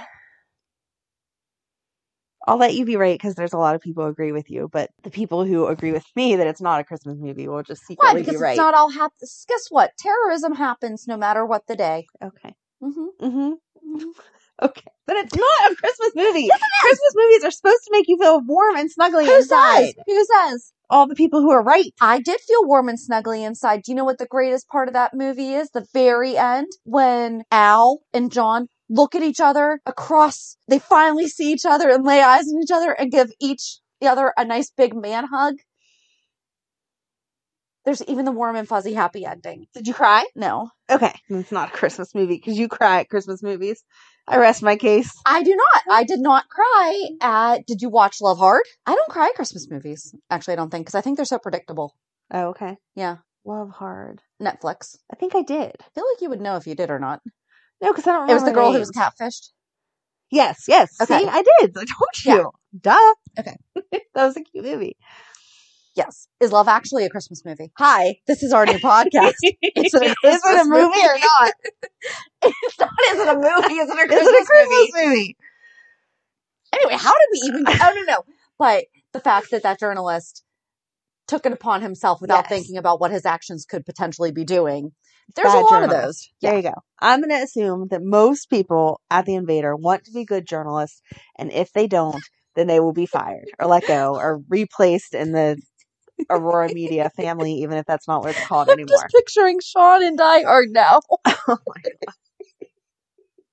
S2: I'll let you be right because there's a lot of people who agree with you, but the people who agree with me that it's not a Christmas movie will just
S1: Why?
S2: secretly
S1: Because
S2: be
S1: it's
S2: oh, right.
S1: not all hap Guess what? Terrorism happens no matter what the day.
S2: okay.
S1: hmm
S2: Mm-hmm. Okay. Then it's not a Christmas movie. Christmas movies are supposed to make you feel warm and snuggly
S1: Who
S2: inside.
S1: says? Who says?
S2: All the people who are right.
S1: I did feel warm and snuggly inside. Do you know what the greatest part of that movie is? The very end when Al and John look at each other across. They finally see each other and lay eyes on each other and give each the other a nice big man hug. There's even the warm and fuzzy happy ending.
S2: Did you cry?
S1: No.
S2: Okay. It's not a Christmas movie because you cry at Christmas movies. I rest my case.
S1: I do not. I did not cry at. Did you watch Love Hard? I don't cry at Christmas movies. Actually, I don't think because I think they're so predictable.
S2: Oh, okay.
S1: Yeah,
S2: Love Hard.
S1: Netflix.
S2: I think I did.
S1: I feel like you would know if you did or not.
S2: No, because I don't
S1: It was
S2: remember.
S1: the girl who was
S2: names.
S1: catfished.
S2: Yes, yes.
S1: Okay.
S2: See, I did. I told you.
S1: Yeah.
S2: Duh.
S1: Okay.
S2: that was a cute movie.
S1: Yes. Is Love actually a Christmas movie?
S2: Hi.
S1: This is our new podcast. Is it a
S2: Is it
S1: Christmas
S2: a movie or
S1: movie?
S2: not?
S1: it's not. Is it a movie? Is it a
S2: Is
S1: Christmas,
S2: it a
S1: movie?
S2: Christmas movie?
S1: Anyway, how did we even? Oh no, no. But the fact that that journalist took it upon himself without
S2: Yes.
S1: thinking about what his actions could potentially be doing. There's
S2: bad
S1: a lot of
S2: journalist.
S1: those.
S2: There you go. I'm going to assume that most people at The Invader want to be good journalists, and if they don't, then they will be fired or let go or replaced in the Aurora Media family, even if that's not what it's called
S1: I'm
S2: anymore.
S1: just picturing Sean and Die Hard now.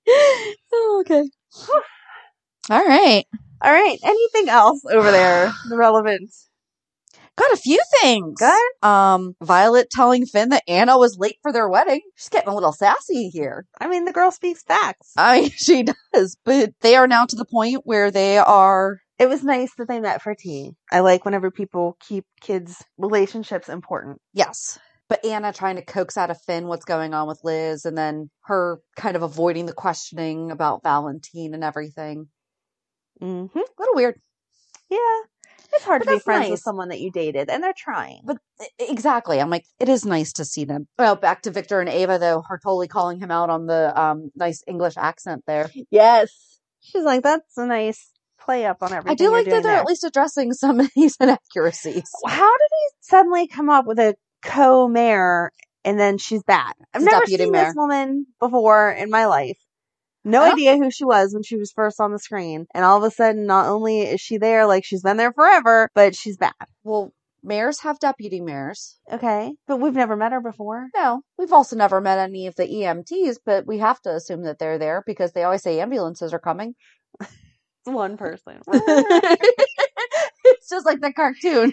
S1: oh, okay. All right.
S2: All right. Anything else over there? The relevant.
S1: Got a few things.
S2: Good.
S1: Um, Violet telling Finn that Anna was late for their wedding. She's getting a little sassy here.
S2: I mean, the girl speaks facts.
S1: I mean, she does, but they are now to the point where they are.
S2: It was nice that they met for tea. I like whenever people keep kids' relationships important.
S1: Yes. But Anna trying to coax out of Finn what's going on with Liz and then her kind of avoiding the questioning about Valentine and everything.
S2: hmm
S1: A little weird.
S2: Yeah. It's hard
S1: But
S2: to be
S1: that's
S2: friends with
S1: nice.
S2: someone that you dated, and they're trying.
S1: But e- exactly, I'm like, it is nice to see them. Well, back to Victor and Ava though, Hartoli calling him out on the um, nice English accent there.
S2: Yes. She's like, that's a nice play up on everything.
S1: I do
S2: you're
S1: like that
S2: doing
S1: they're
S2: there.
S1: at least addressing some of these inaccuracies.
S2: How did he suddenly come up with a co mayor and then she's that? I've
S1: The
S2: never
S1: deputy
S2: seen
S1: mayor.
S2: this woman before in my life. No
S1: I don't-
S2: idea who she was when she was first on the screen. And all of a sudden, not only is she there, like she's been there forever, but she's bad.
S1: Well, mayors have deputy mayors.
S2: Okay. But we've never met her before.
S1: No, we've also never met any of the EMTs, but we have to assume that they're there because they always say ambulances are coming.
S2: One person.
S1: it's just like the cartoon.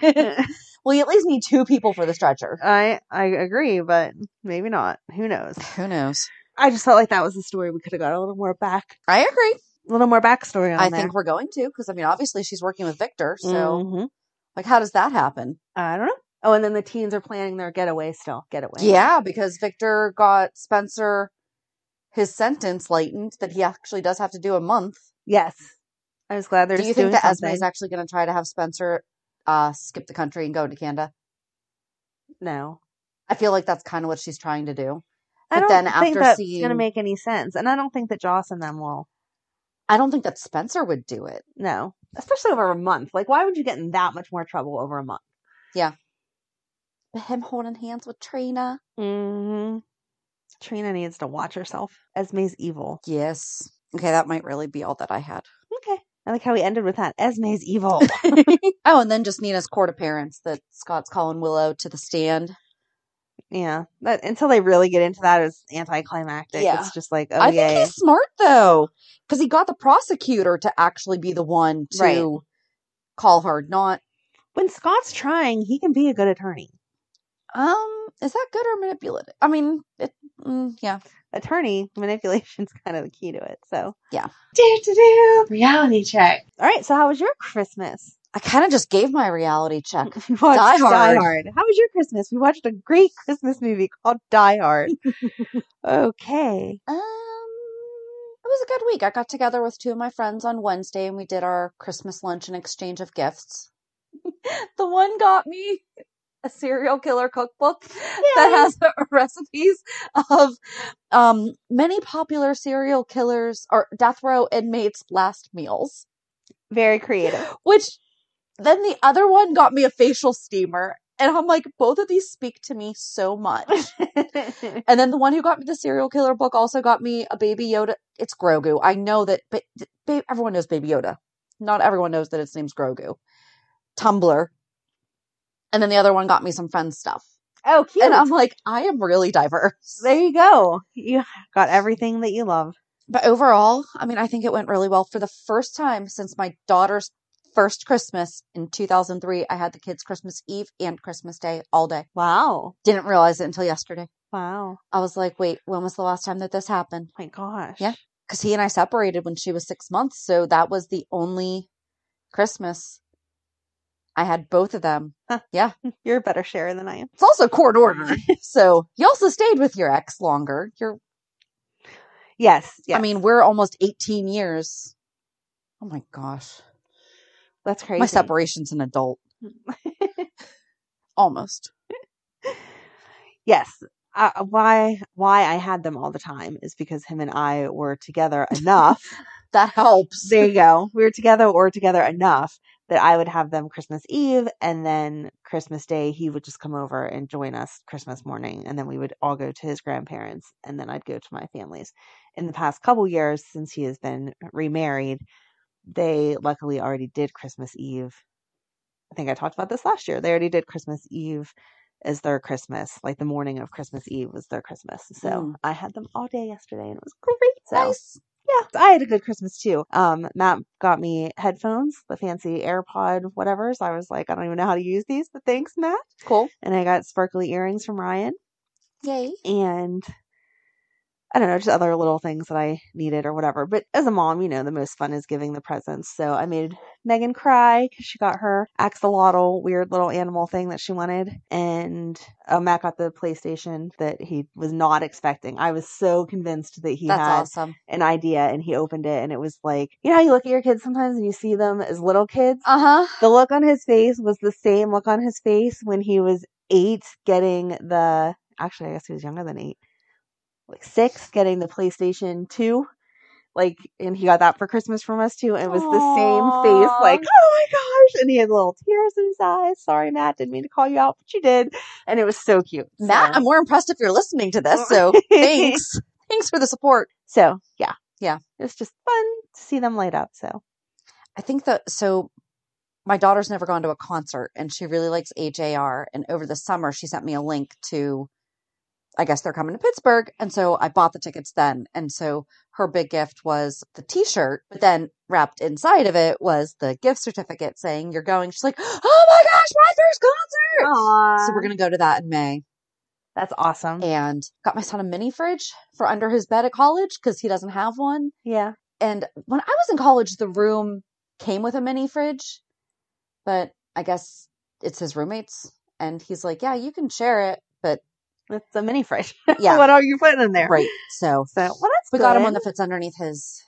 S1: well, you at least need two people for the stretcher.
S2: I I agree, but maybe not. Who knows?
S1: Who knows?
S2: I just felt like that was a story we could have got a little more back,
S1: I agree.
S2: a little more backstory on.
S1: I
S2: there.
S1: think we're going to because I mean, obviously she's working with Victor, so
S2: Mhm.
S1: like, how does that happen?
S2: I don't know. Oh, and then the teens are planning their getaway still. Getaway.
S1: Yeah, because Victor got Spencer his sentence lightened that he actually does have to do a month.
S2: Yes. I was glad they're.
S1: do you
S2: just
S1: think
S2: doing
S1: that
S2: something.
S1: Esme is actually going to try to have Spencer uh, skip the country and go to Canada?
S2: No.
S1: I feel like that's kind of what she's trying to do.
S2: I
S1: But
S2: don't
S1: then
S2: think
S1: after
S2: that's going to
S1: seeing-
S2: make any sense, and I don't think that Joss and them will.
S1: I don't think that Spencer would do it.
S2: No, especially over a month. Like, why would you get in that much more trouble over a month?
S1: Him holding hands with Trina.
S2: Mm-hmm. Trina needs to watch herself. Esme's evil.
S1: Yes. Okay, that might really be all that I had.
S2: Okay. I like how we ended with that. Esme's evil.
S1: Oh, and then just Nina's court appearance that Scott's calling Willow to the stand.
S2: yeah. But until they really get into that, it's anticlimactic.
S1: Yeah.
S2: It's just like, oh,
S1: I
S2: yeah.
S1: think he's smart though, because he got the prosecutor to actually be the one to
S2: Right.
S1: call her. Not
S2: When Scott's trying, he can be a good attorney.
S1: um, is that good or manipulative? I mean, it, mm, yeah,
S2: Attorney manipulation's kind of the key to it. So,
S3: Do, do, do. Reality check.
S2: all right. So, how was your Christmas?
S1: I kind of just gave my reality check.
S2: We watched
S1: Die
S2: Die Hard.
S1: Hard.
S2: How was your Christmas? We watched a great Christmas movie called Die Hard. okay.
S1: Um, it was a good week. I got together with two of my friends on Wednesday, and we did our Christmas lunch and exchange of gifts. the one got me a serial killer cookbook that
S2: Yay.
S1: has recipes of um many popular serial killers or death row inmates' last meals.
S2: Very creative.
S1: Which then the other one got me a facial steamer, and I'm like, both of these speak to me so much. And then the one who got me the serial killer book also got me a Baby Yoda. It's Grogu. I know that, but ba- everyone knows Baby Yoda. Not everyone knows that its name's Grogu. Tumblr. And then the other one got me some friend stuff.
S2: oh, cute.
S1: And I'm like, I am really diverse.
S2: there you go. You got everything that you love.
S1: But overall, I mean, I think it went really well. For the first time since my daughter's first Christmas in 2003, I had the kids Christmas Eve and Christmas Day all day.
S2: Wow.
S1: Didn't realize it until yesterday.
S2: Wow.
S1: I was like, wait, when was the last time that this happened?
S2: My gosh.
S1: Yeah. because he and I separated when she was six months. So that was the only Christmas I had both of them.
S2: You're a better sharer than I am.
S1: It's also court order. so you also stayed with your ex longer. You're,
S2: Yes. yes.
S1: I mean, we're almost 18 years. Oh my gosh.
S2: that's crazy.
S1: My separation's an adult. almost.
S2: yes. Uh, why why I had them all the time is because him and I were together enough.
S1: That helps.
S2: there you go. We were together or together enough that I would have them Christmas Eve and then Christmas Day he would just come over and join us Christmas morning and then we would all go to his grandparents and then I'd go to my family's. In the past couple years since he has been remarried, they luckily already did Christmas Eve. I think I talked about this last year. They already did Christmas Eve as their Christmas. Like the morning of Christmas Eve was their Christmas. So
S1: Mm.
S2: I had them all day yesterday and it was great. So
S1: Nice.
S2: yeah, I had a good Christmas too. Um, Matt got me headphones, the fancy AirPod whatever's. I was like, I don't even know how to use these, but thanks, Matt.
S1: Cool.
S2: And I got sparkly earrings from Ryan,
S1: Yay.
S2: and I don't know, just other little things that I needed or whatever. But as a mom, you know, the most fun is giving the presents. So I made Megan cry because she got her axolotl, weird little animal thing that she wanted, and oh, Matt got the PlayStation that he was not expecting. I was so convinced that he
S1: That's
S2: had
S1: awesome.
S2: an idea and he opened it and it was like you know how you look at your kids sometimes and you see them as little kids
S1: Uh huh.
S2: the look on his face was the same look on his face when he was eight getting the uh, actually i guess he was younger than eight like six getting the playstation 2 like and he got that for christmas from us too and it was
S1: Oh.
S2: the same face like
S1: Aw.
S2: oh my gosh and he had little tears in his eyes sorry matt didn't mean to call you out but you did and it was so cute
S1: Matt,
S2: so,
S1: I'm more impressed if you're listening to this. So thanks. thanks for the support.
S2: so yeah
S1: Yeah.
S2: it was just fun to see them light up so
S1: I think that so my daughter's never gone to a concert and she really likes AJR. And over the summer, she sent me a link to, I guess they're coming to Pittsburgh. And so I bought the tickets then. And so her big gift was the t shirt, but then wrapped inside of it was the gift certificate saying, You're going. She's like, Oh my gosh, my first concert. So we're going to go to that in May.
S2: That's awesome.
S1: and got my son a mini fridge for under his bed at college because he doesn't have one.
S2: Yeah.
S1: And when I was in college, the room came with a mini fridge, but I guess it's his roommate's. And he's like, yeah, you can share it, but
S2: It's a mini fridge.
S1: Yeah.
S2: what are you putting in there?
S1: right. So
S2: So, well, that's
S1: we got him
S2: good.
S1: one that fits underneath his,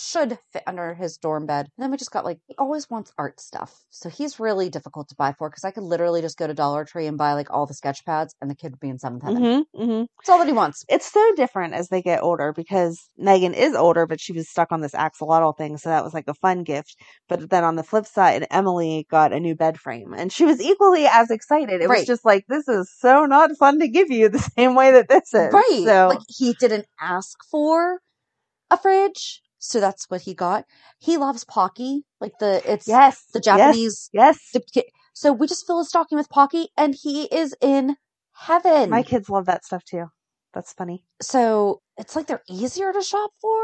S1: should fit under his dorm bed. And then we just got like, he always wants art stuff. So he's really difficult to buy for because I could literally just go to Dollar Tree and buy like all the sketch pads and the kid would be in seventh heaven.
S2: Mm-hmm, mm-hmm.
S1: That's all that he wants.
S2: It's so different as they get older because Megan is older, but she was stuck on this axolotl thing, so that was like a fun gift. But then on the flip side, Emily got a new bed frame, and she was equally as excited. It
S1: Right.
S2: was just like this is so not fun to give you the same way that this is.
S1: Right.
S2: So
S1: Like he didn't ask for a fridge. So that's what he got. He loves Pocky. Like the it's
S2: yes,
S1: the
S2: yes,
S1: Japanese
S2: Yes,
S1: the ki- so we just fill his stocking with Pocky and he is in heaven.
S2: my kids love that stuff too. That's funny.
S1: so it's like they're easier to shop for,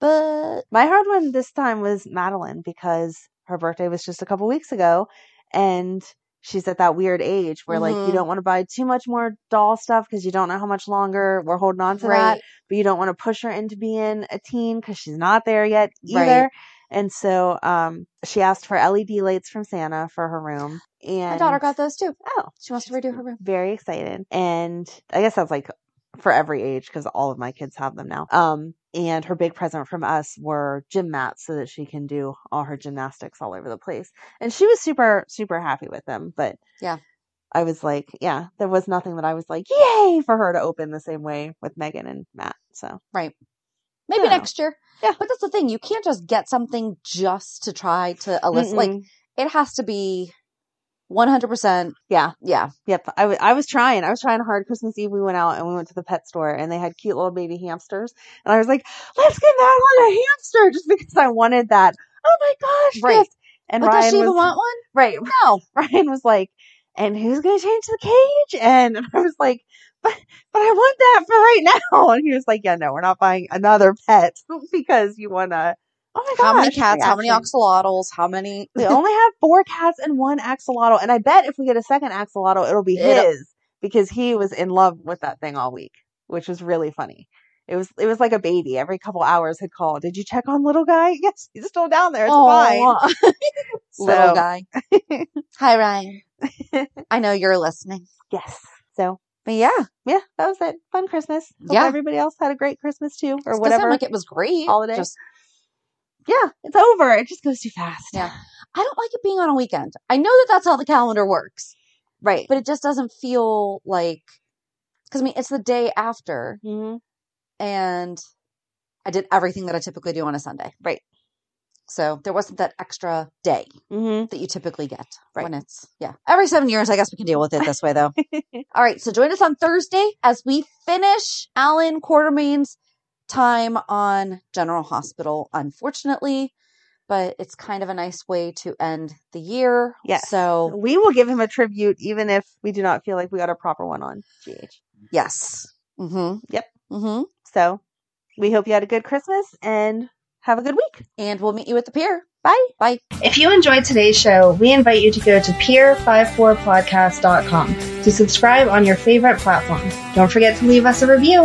S1: but
S2: My hard one this time was Madeline because her birthday was just a couple weeks ago and she's at that weird age where like
S1: Mhm.
S2: you don't want to buy too much more doll stuff because you don't know how much longer we're holding on to that,
S1: right.
S2: but you don't want to push her into being a teen because she's not there yet either.
S1: Right.
S2: And so um she asked for LED lights from Santa for her room and
S1: My daughter got those too.
S2: oh
S1: She wants to
S2: she's
S1: redo her room.
S2: very excited and i guess that's like for every age because all of my kids have them now um and her big present from us were gym mats so that she can do all her gymnastics all over the place and she was super super happy with them but
S1: Yeah.
S2: i was like yeah there was nothing that i was like yay for her to open the same way with megan and matt so
S1: Right. Maybe
S2: Yeah.
S1: next year.
S2: Yeah.
S1: But that's the thing. You can't just get something just to try to elicit. Like
S2: Mm-mm.
S1: it has to be 100%.
S2: yeah
S1: Yeah.
S2: Yep, I wa- I was trying. I was trying hard. Christmas Eve, we went out and we went to the pet store, and they had cute little baby hamsters. And I was like, "Let's get Madeline a hamster," just because I wanted that. Oh my gosh!
S1: Right.
S2: Yes. And
S1: But
S2: Ryan
S1: does she even
S2: was
S1: want one?
S2: right.
S1: No.
S2: Ryan was like, "And who's going to change the cage?" And I was like, "But but I want that for right now." And he was like, "Yeah, no, we're not buying another pet because you want to." Oh my gosh!
S1: How many cats? How many
S2: reaction.
S1: oxalotls? How many?
S2: We only have four cats and one axolotl, and I bet if we get a second axolotl, it'll be
S1: It'll-
S2: his because he was in love with that thing all week, which was really funny. It was it was like a baby. Every couple hours, he'd call. Did you check on little guy? Yes, he's still down there. It's
S1: Oh.
S2: fine.
S1: Aw. Little
S2: So-
S1: guy. Hi, Ryan. I know you're listening.
S2: Yes. So
S1: But yeah,
S2: yeah, that was it. Fun Christmas. Hope
S1: Yeah.
S2: everybody else had a great Christmas too, or
S1: it's gonna sound
S2: whatever.
S1: like it was great.
S2: holiday.
S1: Just,
S2: yeah, it's over. It just goes too fast.
S1: Yeah. I don't like it being on a weekend. I know that that's how the calendar works,
S2: Right.
S1: but it just doesn't feel like, because I mean, it's the day after,
S2: hmm
S1: and I did everything that I typically do on a Sunday.
S2: Right.
S1: So there wasn't that extra day
S2: hmm
S1: that you typically get
S2: Right.
S1: when it's, yeah. Every seven years, I guess we can deal with it this way, though. All right, so join us on Thursday as we finish Alan Quartermain's time on General Hospital, unfortunately, but it's kind of a nice way to end the year.
S2: Yes.
S1: So,
S2: we will give him a tribute, even if we do not feel like we got a proper one on GH.
S1: yes. Mm-hmm.
S2: Yep.
S1: Mm-hmm.
S2: So we hope you had a good Christmas and have a good week.
S1: And we'll meet you at the pier.
S2: Bye.
S1: Bye.
S3: If you enjoyed today's show, we invite you to go to peer54podcast.com to subscribe on your favorite platform. Don't forget to leave us a review.